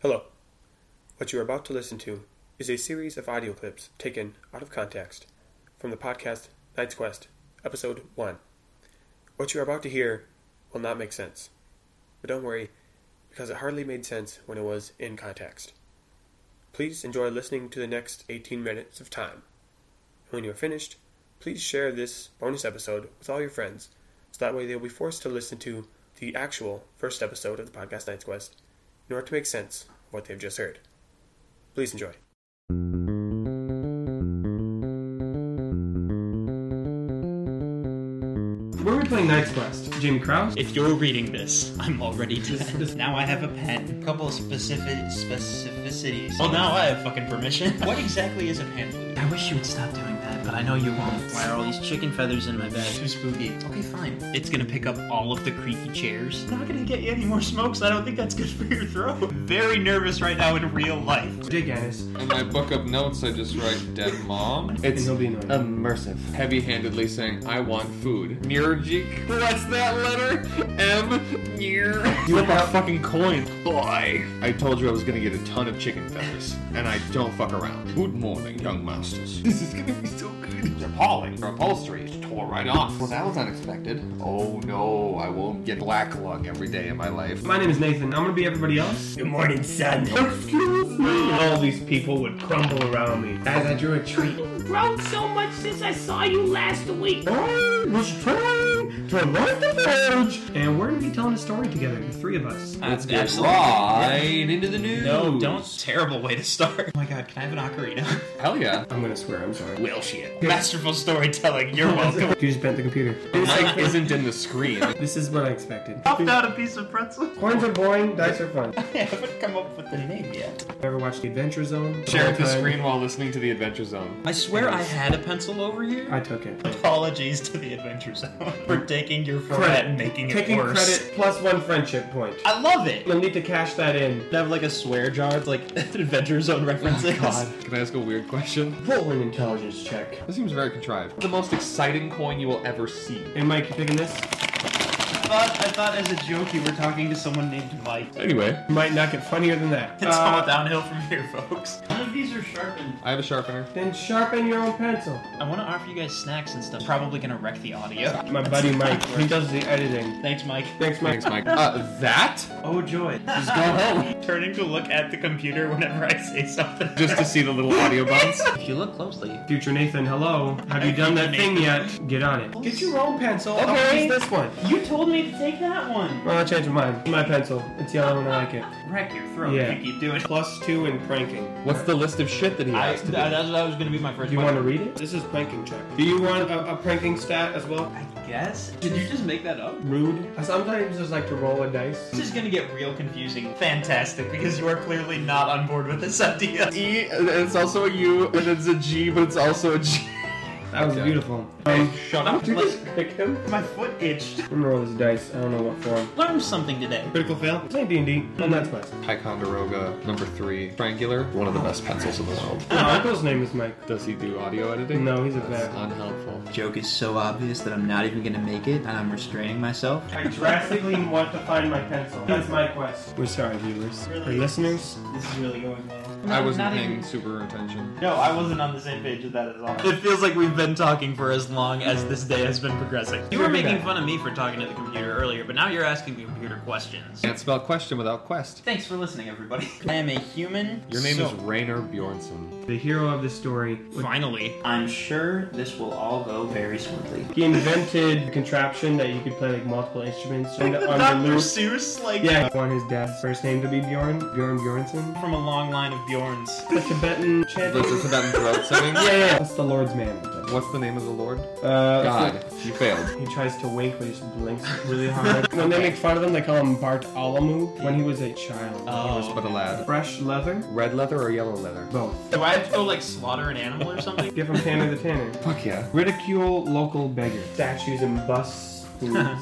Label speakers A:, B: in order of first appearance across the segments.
A: Hello. What you are about to listen to is a series of audio clips taken out of context from the podcast Night's Quest, Episode 1. What you are about to hear will not make sense. But don't worry, because it hardly made sense when it was in context. Please enjoy listening to the next 18 minutes of time. And when you are finished, please share this bonus episode with all your friends so that way they'll be forced to listen to the actual first episode of the podcast Night's Quest in order to make sense of what they've just heard. Please enjoy. Where are we playing Night's Quest? Jim Krause?
B: If you're reading this, I'm already dead.
C: Now I have a pen. Couple of specific specificities.
B: well, Oh, now I have fucking permission. What exactly is a pan flute?
C: I wish you would stop doing that, but I know you won't.
D: Why are all these chicken feathers in my bed?
B: Too spooky.
C: Okay, fine.
B: It's gonna pick up all of the creaky chairs.
C: I'm not gonna get you any more smokes. I don't think that's good for your throat.
B: Very nervous right now in real life.
A: Dick Ennis.
E: In my book of notes, I just write dead mom.
A: And
E: It's
A: he'll be annoyed.
D: Immersive.
E: heavy handedly saying, I want food. Neurajik. What's that letter? M. Near.
D: You have that fucking coin.
E: Boy. I told you I was gonna get a ton of chicken feathers, and I don't fuck around. Good morning, young masters. This is gonna be so good. It's appalling. Your upholstery is tore right off. Well, that was unexpected. Oh no, I won't get black lung every day of my life.
A: My name is Nathan. I'm gonna be everybody else.
C: Good morning, son.
A: Excuse me. All these people would crumble around me as I drew a tree.
F: grown so much since I saw you last week.
A: I was trying to light the forge. And we're gonna be telling a story together, the three of us.
E: Let's get right into the news.
B: No, don't. Terrible way to start. Oh my god, can I have an ocarina?
E: Hell yeah.
A: I'm gonna swear. I'm sorry.
B: Will shit. Masterful storytelling, you're welcome.
A: You just bent the computer.
E: This isn't in the screen.
A: This is what I expected.
B: Popped out a piece of pretzel.
A: Coins are boring. Dice are fun.
B: I haven't come up with the name yet.
A: Ever watched The Adventure Zone?
E: Share the
A: Time.
E: screen while listening to the Adventure Zone.
B: I swear I had a pencil over here.
A: I took it.
B: Apologies to the Adventure Zone for taking your
A: Credit.
B: format and making
A: Taking
B: it worse.
A: credit plus one friendship point.
B: I love it.
A: You'll need to cash that in.
B: They have like a swear jar, it's like Adventure
C: Oh
B: Zone
E: Oh
B: references.
E: Can I ask a weird question?
A: Roll an intelligence check.
E: This seems very contrived. The most exciting coin you will ever see.
A: Hey Mike, you picking this?
B: I thought, I thought as a joke you were talking to someone named Mike.
E: Anyway,
A: Might not get funnier than that. Uh,
B: It's all downhill from here, folks.
C: None of these are sharpened.
E: I have a sharpener.
A: then sharpen your own pencil.
B: I want to offer you guys snacks and stuff. Probably gonna wreck the audio.
A: My buddy Mike, he does the editing.
B: Thanks, Mike.
A: Thanks, Mike.
E: Thanks, Mike. Uh, that?
C: Oh joy.
E: Just go home.
B: Turning to look at the computer whenever I say something.
E: Just to see the little audio buttons.
D: If you look closely,
A: Future Nathan, hello. Have you done that thing yet? Get on it. Get your own pencil. Okay. I'll use this one.
C: You told me to take that one.
A: Well, I changed mine. My pencil. It's yellow and I like it.
C: Wreck your throat
A: Yeah.
C: if you keep doing. it.
A: Plus two in pranking.
E: What's the list of shit that he
B: I,
E: has
B: that,
E: to do?
B: that was gonna be my first
A: Do you want
B: one.
A: to read it? This is pranking check. Do you want a, a pranking stat as well?
C: I guess. Did you just make that up?
A: Rude. I sometimes just like to roll a dice.
B: This is gonna get real confusing. Fantastic, because you are clearly not on board with this idea.
E: E, and it's also a U, and it's a G, but it's also a G.
A: That was
E: Okay.
A: beautiful. Um,
B: Shut up.
A: did you just pick him?
B: My foot itched.
A: I'm gonna roll this dice. I don't know what form.
B: Learned something today.
A: Critical fail. It's D and D. Well, that's best.
E: Ticonderoga, number three. Triangular, one of the best pencils in the world.
A: My uncle's name is Mike.
E: Does he do audio editing?
A: No, he's a
E: That's
A: vet.
E: unhelpful.
D: joke is so obvious that I'm not even gonna make it, and I'm restraining myself.
A: I drastically want to find my pencil. That's my quest. We're sorry, viewers. Or
B: Really?
A: listeners.
B: This is really going well.
E: I wasn't
B: Not
E: paying
B: even-
E: super attention.
B: No, I wasn't on the same page with that at all. It feels like we've been talking for as long as this day has been progressing. You were making fun of me for talking to the computer earlier, but now you're asking the computer questions.
E: Can't spell question without quest.
B: Thanks for listening, everybody. I am a human.
E: Your name
B: so-
E: is Rainer Bjornsson.
A: The hero of the story. would-
B: Finally.
C: I'm sure this will all go very smoothly.
A: He invented a contraption that you could play like multiple instruments on the
B: Dr.
A: loop.
B: Seuss, like,
A: Yeah, I want his dad's first name to be Bjorn. Bjorn Bjornsson.
B: from a long line of Bjorns.
A: The Tibetan chant.
E: This is about throat singing.
A: Yeah, yeah. That's the Lord's man.
E: What's the name of the Lord?
A: Uh,
E: God. You failed.
A: He tries to wink, but he just blinks really hard. when they make fun of him, they call him Bart Alamu. When he was a child,
B: Oh.
A: Oh.
E: But a lad.
A: fresh leather,
E: Red leather or yellow leather?
A: both.
B: Do I have to go, like, slaughter an animal or something?
A: Give him Tanner the Tanner.
E: Fuck yeah.
A: Ridicule local beggar. Statues and busts.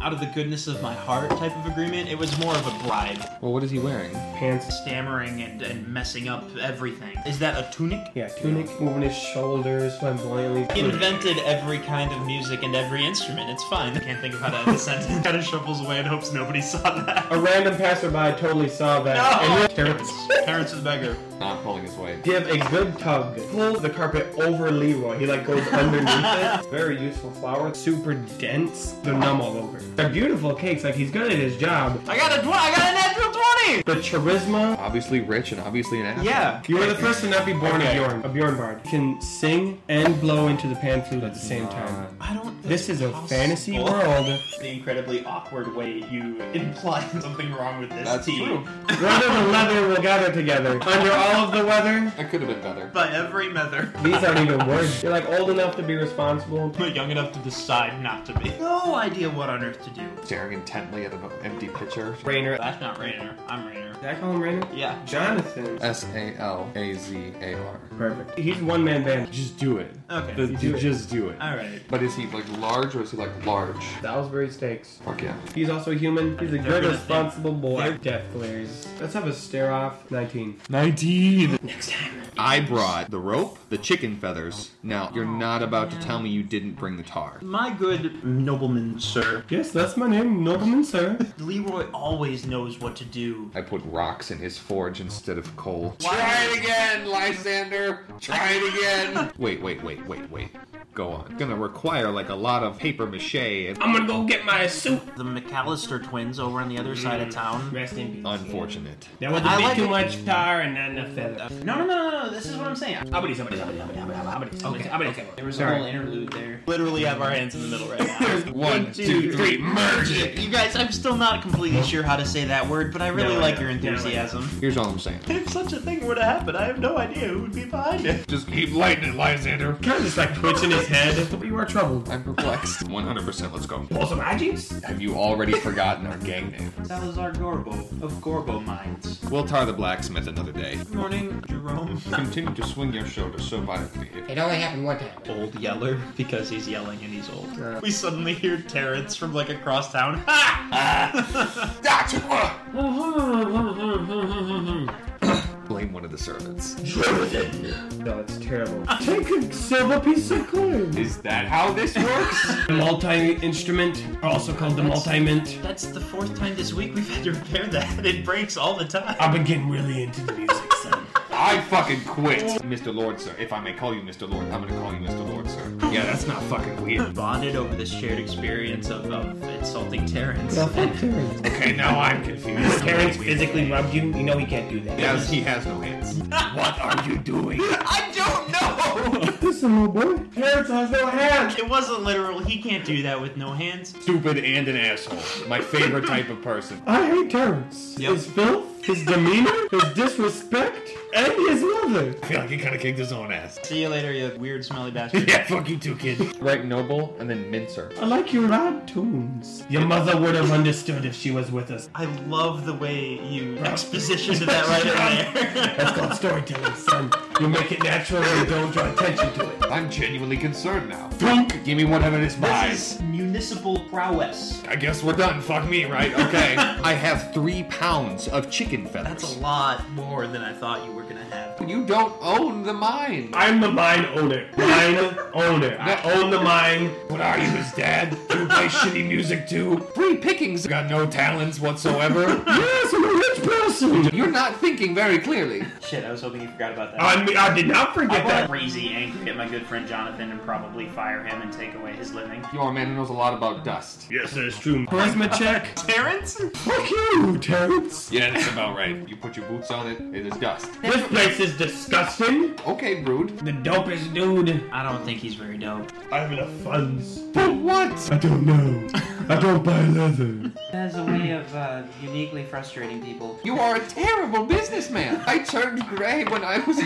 B: out of the goodness of my heart type of agreement. It was more of a bribe,
E: Well, what is he wearing?
A: Pants.
B: stammering and, and messing up everything. Is that a tunic?
A: Yeah, tunic moving his shoulders flamboyantly.
B: He invented every kind of music and every instrument. It's fine. I can't think of how to end the sentence. kind of shuffles away and hopes nobody saw that.
A: A random passerby totally saw that.
B: No!
A: And Terrence,
B: Terrence is beggar.
E: Not pulling his weight.
A: give a good tug. Pull the carpet over Leroy. He like goes underneath it. Very useful flower. Super dense. They're numb all over. They're beautiful cakes. Like he's good at his job.
B: I got a tw- I got a natural twenty.
A: The charisma.
E: Obviously rich and obviously an ass.
B: Yeah.
A: You were the first to not be born a Bjorn, a Bjorn bard. You can sing and blow into the pan flute at the same time.
B: I don't.
A: This is a
B: Possible.
A: fantasy world.
B: The incredibly awkward way you imply something wrong with this
E: That's
B: team.
E: true.
A: Rather than leather, we'll gather together. Under all of the weather,
E: That could have been better.
B: By every method.
A: these aren't even words. You're like old enough to be responsible.
B: but young enough to decide not to be. No idea what on earth to do.
E: Staring intently at an empty pitcher.
A: Rainer. Did
B: That's not Rainer. I'm Rainer.
A: I call him Rainer?
B: Yeah.
A: Jonathan.
E: S A L A Z A R.
A: Perfect. He's a one man band.
E: Just do it.
B: Okay.
E: The-
A: do it.
E: Just do it.
B: All right.
E: But is he like large or is he like large?
A: Salisbury Steaks.
E: Fuck yeah.
A: He's also a human. He's a
B: They're
A: good,
B: gonna
A: responsible boy.
B: They're-
A: Death glares. Let's have a stare off. 19.
E: 19. Next time. I brought the rope, the chicken feathers. Now, you're not about to tell me you didn't bring the tar.
B: My good nobleman, sir.
A: Yes, that's my name, Nobleman Sir.
B: Leroy always knows what to do.
E: I put rocks in his forge instead of coal.
B: Why-
E: Try it again, Lysander! Try it again! wait, wait, wait, wait, wait. Go on. Gonna require like a lot of paper mache and
A: I'm gonna go get my soup.
B: The McAllister twins over on the other side of town.
A: Rest in peace.
E: unfortunate.
A: That would
B: I
A: be
B: like
A: too
B: it.
A: much tar and not enough feather.
B: No, no, no, no, no. This is what I'm saying.
A: Abadi, abadi, abadi, abadi, abadi, abadi. Okay, abadi, abadi.
B: There was
A: Sorry.
B: a whole interlude there. Literally have our hands in the middle right now.
E: One, two, three, merge it!
B: you guys, I'm still not completely sure how to say that word, but I really
A: No, I
B: like
A: know.
B: your
A: No, I know.
B: enthusiasm.
E: Here's all I'm saying.
B: If such a thing were to happen, I have no idea who would be behind it.
E: Just keep lighting it, Lysander.
A: Kind of just like twitching his head. You are troubled.
E: I'm perplexed. 100% let's go.
A: Pull some magics?
E: Have you already forgotten our gang name?
B: Salazar Gorbo of Gorbo Mines.
E: We'll tar the blacksmith another day.
B: Good morning, Jerome.
E: Continue to swing your shoulders so violently.
G: It only happened one time.
B: Old Yeller, because he's yelling and he's old. We suddenly hear Terrence from like across town. Ha!
E: Gotcha! Blame one of the servants.
A: No, it's terrible. Take a silver piece of coin.
E: Is that how this works?
A: Multi instrument, also called the multi mint.
B: That's the fourth time this week we've had to repair that. It breaks all the time.
A: I've been getting really into the music, son.
E: I fucking quit. Mr. Lord, sir. If I may call you Mr. Lord, I'm gonna call you Mr. Lord, sir. Yeah, that's not fucking weird.
B: Bonded over this shared experience of, of insulting Terrence.
A: Terrence.
E: Okay, now I'm confused.
A: Terrence physically rubbed you. You know he can't do that.
E: Yes, he has no hands. What are you doing?
B: I don't know!
A: Listen, little boy. Terrence has no hands.
B: it wasn't literal. He can't do that with no hands.
E: Stupid and an asshole. My favorite type of person.
A: I hate Terrence.
B: Yep.
A: His filth, his demeanor, his disrespect, and his mother.
E: I feel like he kind of kicked his own ass.
B: See you later, you weird smelly bastard.
E: Yeah, fuck you too, kid. Right, noble, and then mincer.
A: I like your odd tunes. Your mother would have understood if she was with us.
B: I love the way you expositioned that right in there.
A: That's called storytelling, son. You make it natural and don't draw attention to it.
E: I'm genuinely concerned now. Thunk! Give me one of his
B: This is municipal prowess.
E: I guess we're done. Fuck me, right? Okay. I have three pounds of chicken feathers.
B: That's a lot more than I thought you were gonna have.
E: You don't own the mine.
A: I'm the mine owner. Mine owner. I own the mine.
E: What are you, his dad? You play shitty music too? Free pickings. Got no talents whatsoever.
A: Yes, I'm a rich person.
E: You're not thinking very clearly.
B: Shit, I was hoping you forgot about
E: Oh,
B: that.
A: I mean, I did not
B: I
A: forget
B: was
A: that.
B: crazy angry at my good friend Jonathan and probably fire him and take away his living.
E: You're a man who knows a lot about dust.
A: Yes, that is true. Charisma check.
B: Terrence?
A: Fuck you, Terrence.
E: Yeah, that's about right. You put your boots on it, it is dust.
A: This place is disgusting.
E: Okay, brood.
A: The dopest dude.
B: I don't think he's very dope.
A: I have enough funds.
E: But what?
A: I don't know. I don't buy leather.
C: That is a way of uh, uniquely frustrating people.
E: You are a terrible businessman. I turned third grade when I was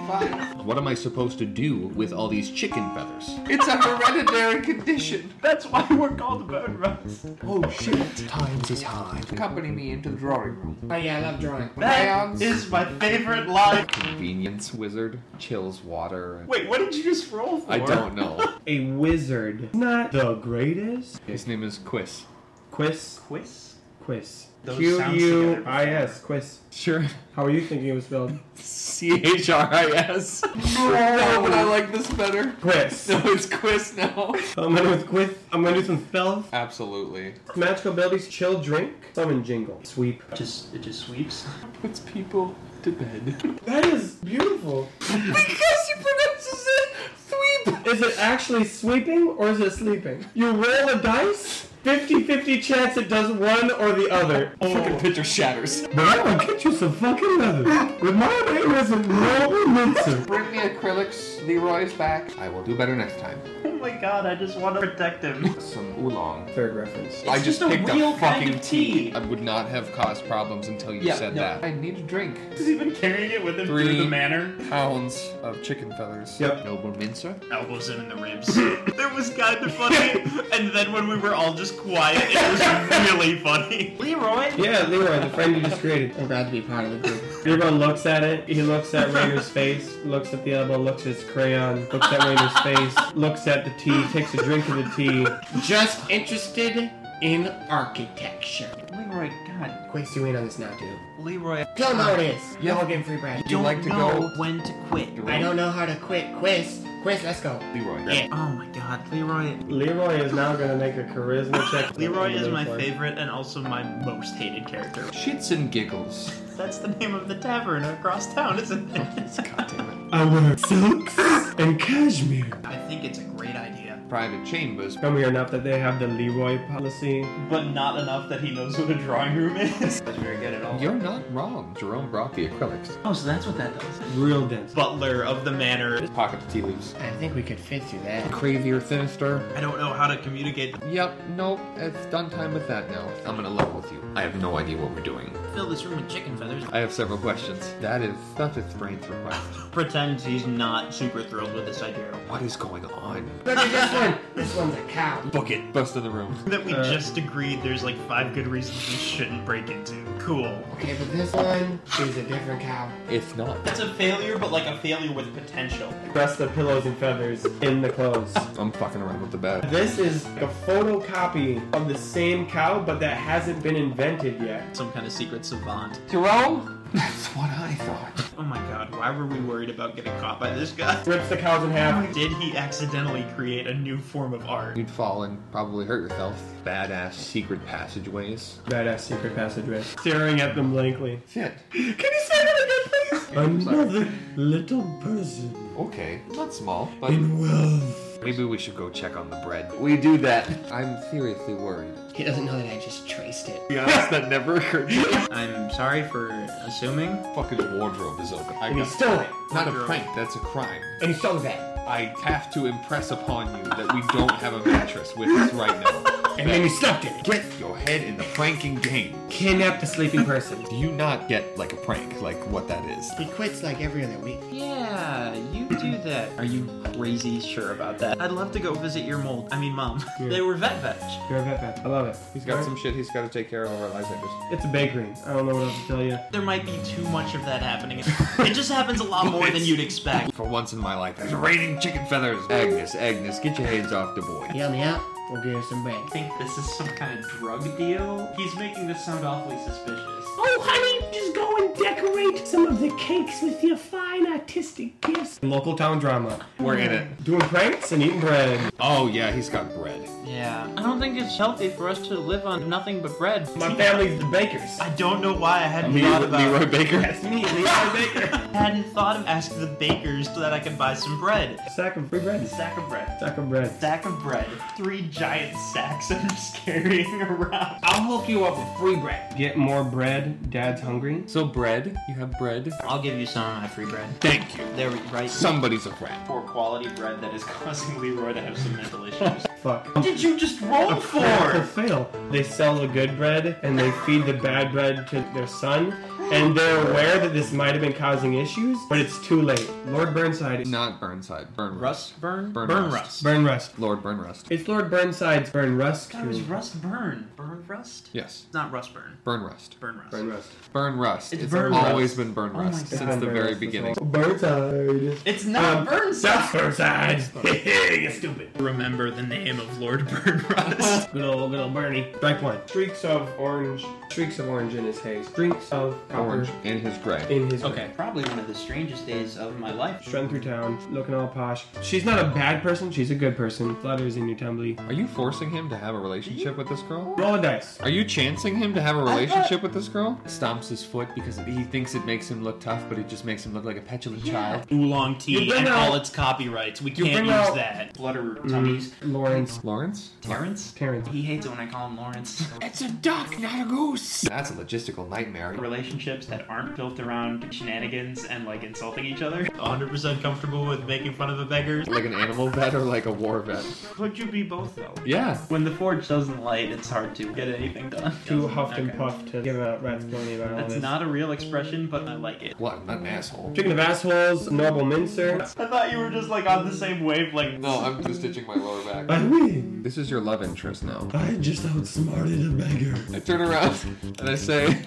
E: 25. What am I supposed to do with all these chicken feathers? It's a hereditary condition.
A: That's why we're called bone rust.
E: Oh shit.
D: Times is hard.
E: Accompany me into the drawing room.
G: Oh yeah, I love drawing.
B: That is my favorite line.
E: Convenience wizard chills water.
B: Wait, what did you just roll for?
E: I don't know.
A: A wizard. Not the greatest.
E: His name is Quiz.
A: Quiz.
B: Quiz?
A: Quiz.
B: Those
A: Q
B: sounds
A: U
B: together.
A: I S. Quiz.
E: Sure.
A: How are you thinking it was spelled?
E: C H R I S. No, but I like this better.
A: Quiz.
E: No, it's Quiz now.
A: I'm gonna with quiz. I'm gonna do some spells.
E: Absolutely.
A: Magical abilities: chill, drink, summon, jingle, sweep.
B: It just, it just sweeps.
E: Puts people to bed.
A: That is beautiful.
E: because he pronounces it sweep.
A: Is it actually sweeping or is it sleeping? You roll a dice. 50-50 chance it does one or the other.
B: Oh.
E: Fucking picture shatters.
A: But I'm gonna get you some fucking leather. With my name as a noble mincer.
E: Bring me acrylics. Leroy's back. I will do better next time.
B: Oh my god, I just want to protect him.
E: Some oolong.
A: Third reference.
E: I
B: just
E: just,
B: a
E: picked
B: real
E: up
B: kind
E: fucking
B: of tea.
E: I would not have caused problems until you said that. I need a drink.
B: Has he been carrying it with him
E: Three.
B: through the manor?
E: Pounds of chicken feathers.
A: Yep.
E: Noble mincer.
B: Elbows him in the ribs. that was kind of funny. and then when we were all just quiet, it was really funny. Leroy?
A: Yeah, Leroy, the friend you just created.
G: I'm glad to be part of the group.
A: Everyone looks at it. He looks at Rainer's face, looks at the elbow, looks at his crayon, looks at Rainer's face, looks at the tea, takes a drink of the tea.
G: Just interested in architecture.
C: Leroy, God.
G: Quakes, you in on this now, dude.
C: Leroy,
G: Tell him how it is. You're all getting free bread.
E: you like to
C: know
E: go?
C: when to quit.
G: I don't know how to quit. Quiz. Quiz, let's go.
E: Leroy.
G: Yeah.
B: Oh my god, Leroy.
A: Leroy is now gonna make a charisma check.
B: Leroy is my favorite and also my most hated character.
E: Shits and giggles.
B: That's the name of the tavern across town, isn't it?
E: God damn it.
A: I wear silks and cashmere.
B: I think it's a great idea,
E: Private chambers.
A: Come here enough that they have the Leroy policy.
B: but not enough that he knows what a drawing room is. That's very good at all.
E: You're not wrong. Jerome brought the acrylics.
B: Oh, so that's what that does.
A: Real dense.
B: Butler of the manor.
E: Pocket the tea leaves.
G: I think we could fit through that.
E: Crazy or sinister?
B: I don't know how to communicate.
E: Yep, nope, it's done time with that now. I'm gonna level with you. I have no idea what we're doing.
B: Fill this room with chicken feathers.
E: I have several questions. That is such a strange request.
B: Pretend he's not super thrilled with this idea.
E: What is going on?
G: Look at this one. This one's a cow.
E: Book it. Bust in the room.
B: That we
A: Uh.
B: just agreed there's like five good reasons we shouldn't break into. Cool.
G: Okay, but this one is a different cow.
E: It's not.
B: That's a failure, but like a failure with potential.
A: Press the pillows and feathers in the clothes.
E: I'm fucking around with the bed.
A: This is a photocopy of the same cow, but that hasn't been invented yet.
B: Some kind of secret savant.
E: Jerome? That's what I thought.
B: Oh my god, why were we worried about getting caught by this guy?
A: Rips the cows in half.
B: Did he accidentally create a new form of art?
E: You'd fall and probably hurt yourself. Badass secret passageways.
A: Badass secret passageway. Staring at them blankly.
E: Shit.
A: Can you say that again, please? Another little person
E: Okay. Not small, but
A: in wealth.
E: maybe we should go check on the bread. Mm. We do that. I'm seriously worried.
G: He doesn't know that I just traced it.
E: Be honest, that never occurred to me.
B: I'm sorry for assuming.
E: Fucking wardrobe is open. I
G: And he
E: got
G: stole it.
E: Not a prank, that's a crime.
G: And he stole that.
E: I have to impress upon you that we don't have a mattress with us right now.
G: And then he slept in it.
E: Get your head in the pranking game.
G: Kidnapped the sleeping person.
E: Do you not get like a prank, like what that is?
G: He quits like every other week.
B: Yeah, you do that. Are you crazy sure about that? I'd love to go visit your mold. I mean, mom. They were vet vets.
A: You're a vet vet. I love it.
E: He's got some shit he's got to take care of over Lysander's.
A: It's a bakery. I don't know what else to tell you.
B: There might be too much of that happening. It just happens a lot more than you'd expect.
E: For once in my life, it's raining chicken feathers. Agnes, Agnes, get your hands off the boy.
G: You help me out, we'll give you some bread.
B: I think this is some kind of drug deal. He's making this sound awfully suspicious.
F: Oh, honey, just go and decorate some of the cakes with your fine artistic gifts.
A: Local town drama.
E: We're in it.
A: Doing pranks and eating bread.
E: Oh yeah, he's got bread.
B: Yeah. I don't think it's healthy for us to live on nothing but bread.
A: My family's the bakers.
B: I don't know why I hadn't thought
E: Leroy,
B: about
E: Leroy Baker.
A: That's me, Leroy Baker.
B: I hadn't thought of asking the bakers so that I could buy some bread.
A: Sack of free bread.
B: Sack of bread.
A: Sack of bread.
B: Sack of bread. Three giant sacks I'm just carrying around.
A: I'll hook you up with free bread. Get more bread. Dad's hungry.
E: So bread, you have bread.
B: I'll give you some of my free bread.
E: Thank you.
B: There we right
E: Somebody's a friend.
B: poor quality bread that is causing Leroy to have some mental issues.
A: Fuck.
B: What did you just roll
A: A critical
B: for?
A: fail. They sell the good bread and they feed the bad bread to their son, and they're aware that this might have been causing issues, but it's too late. Lord Burnside,
E: Not Burnside. Burn
B: Rust burn?
E: Burn
B: burn
E: rust.
B: rust.
A: Burn Rust.
E: Lord Burnrust.
A: It's Lord Burnside's Burn Rust.
B: That was rust burn. Burn rust?
E: Yes.
B: It's not rust burn.
E: Burnrust.
B: Burn rust.
A: Burn Rust.
E: Burnrust.
B: It's
E: It's,
B: Burn
E: always
B: Rust.
E: been
B: Oh my
E: Burnrust
B: God.
E: since the
A: Burn
E: very
A: Rust.
E: beginning.
A: Burnside.
B: It's not
A: Um,
B: burn
A: That's
B: stuff.
A: Burnside. you stupid.
B: Remember the name of Lord Burn Rust.
A: Good old, good old Bernie. Strike one. Streaks of orange. Streaks of orange in his haze. Streaks of copper
E: Orange in his gray.
A: in his.
B: okay.
C: Probably one of the strangest days of my life.
A: Strutting through town, looking all posh. She's not a bad person. She's a good person. Flutters in your tumbly.
E: Are you forcing him to have a relationship with this girl?
A: Roll a dice.
E: Are you chancing him to have a relationship with this girl? Stomps his foot because he thinks it makes him look tough, but it just makes him look like a petulant child.
B: Oolong tea
A: You bring
B: and all
A: out-
B: its copyrights. We
A: you
B: can't
A: bring
B: use
A: out-
B: that.
C: Flutter tummies.
A: Lawrence.
E: Lawrence?
C: Terrence?
A: Terrence.
C: He hates it when I call him Lawrence.
E: It's a duck, not a goose! That's a logistical nightmare.
C: Relationships that aren't built around shenanigans and like insulting each other.
B: 100% comfortable with making fun of a beggar.
E: Like an animal vet or like a war vet?
C: Would you be both though?
E: Yeah.
C: When the forge doesn't light, it's hard to get anything done.
A: Too huffed and
C: Okay.
A: puffed to give a rat's pony about all
C: That's
A: this.
C: not a real expression, but I like it.
E: What? I'm not an asshole.
A: Chicken of assholes, noble mincer.
C: I thought you were just like on the same wavelength.
E: No, I'm just ditching my lower back.
A: I win.
E: This is your love interest now.
A: I just outsmarted a beggar.
E: I turn around and I say,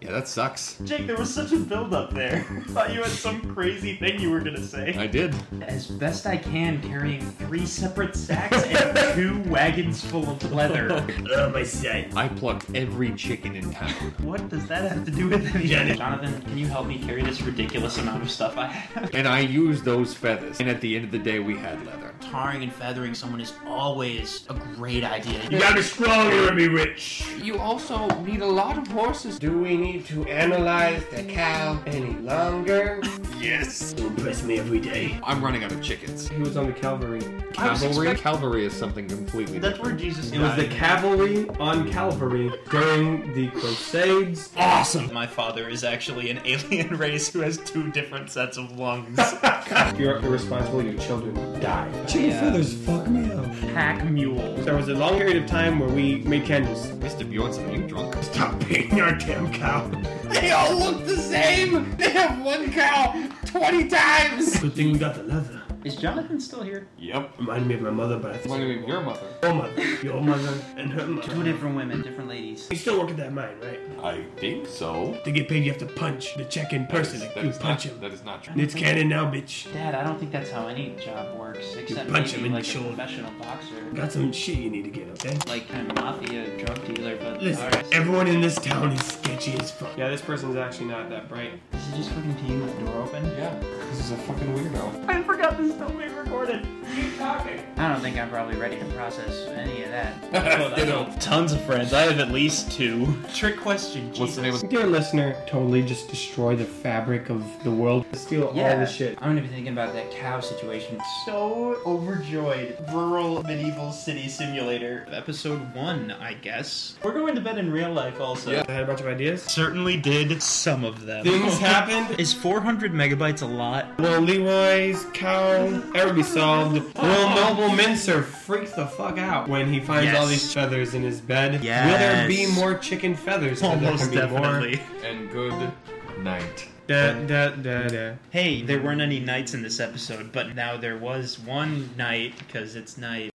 E: Yeah, that sucks.
C: Jake, there was such a build up there. thought you had some crazy thing you were gonna say.
E: I did.
C: As best I can, carrying three separate sacks and two wagons full of leather.
A: Oh my sight.
E: I plucked every chicken in town.
C: What does that have to do with anything? Jonathan, can you help me carry this ridiculous amount of stuff I have?
E: And I used those feathers. And at the end of the day, we had leather.
B: Tarring and feathering someone is always a great idea.
A: You gotta be strong to be rich.
E: You also need a lot of horses.
A: Do we need to analyze the cow any longer?
E: Yes.
A: Impress me every day.
E: I'm running out of chickens.
A: He was on the cavalry.
E: Cavalry? Cavalry is something completely
B: That's
E: different.
B: where Jesus
A: It was the cavalry on Calvary during the Crusades.
B: awesome. My father is actually an alien race who has two different sets of lungs.
A: You're irresponsible, your children die. Chicken feathers fuck me up.
B: Pack mule.
A: There was a long period of time where we made candles.
E: Mr. Bjornson, are you drunk?
A: Stop beating our damn cow.
E: They all look the same! They have one cow 20 times!
A: Good thing we got the leather.
C: Is Jonathan still here?
E: Yep.
A: Reminded me of my mother, but I think
E: What do you mean, your mother?
A: your mother, your mother, and her mother.
C: Two different women, different ladies.
A: You still work at that mine, right?
E: I think so.
A: To get paid, you have to punch the check in person.
E: That
A: Like, you
E: is
A: punch
E: not,
A: him.
E: That is not true.
A: It's canon now, bitch.
C: Dad, I don't think that's how any job works, except
A: punch him
C: maybe
A: in the
C: like a
A: shoulder.
C: professional boxer.
A: Got some shit you need to get, okay?
C: Like kind of mafia drug dealer, but
A: Listen,
C: ours-
A: everyone in this town is sketchy as fuck. Yeah, this person's actually not that bright.
C: Is it just fucking peeing with the door open?
E: Yeah, this is a fucking weirdo.
C: I forgot this film being recorded. I don't think I'm probably ready to process any of that.
B: Tons of friends. I have at least two. Trick question.
E: What's the name of
A: Dear listener, totally just destroy the fabric of the world. Steal
C: Yeah,
A: all the shit.
C: I'm gonna be thinking about that cow situation.
B: So overjoyed. Rural medieval city simulator. Episode one, I guess. We're going to bed in real life also.
E: Yeah.
A: I had a bunch of ideas.
B: Certainly did some of them.
A: Things happened.
B: Is 400 megabytes a lot?
A: Well, Leroy's cow, that would be solved. Will Noble Mincer freaks the fuck out when he finds all
B: Yes.
A: these feathers in his bed. Will
B: Yes.
A: there be more chicken feathers? 'Cause there can be more.
E: And good night.
A: Da, da, da, da.
B: Hey, there weren't any nights in this episode, but now there was one night because it's night.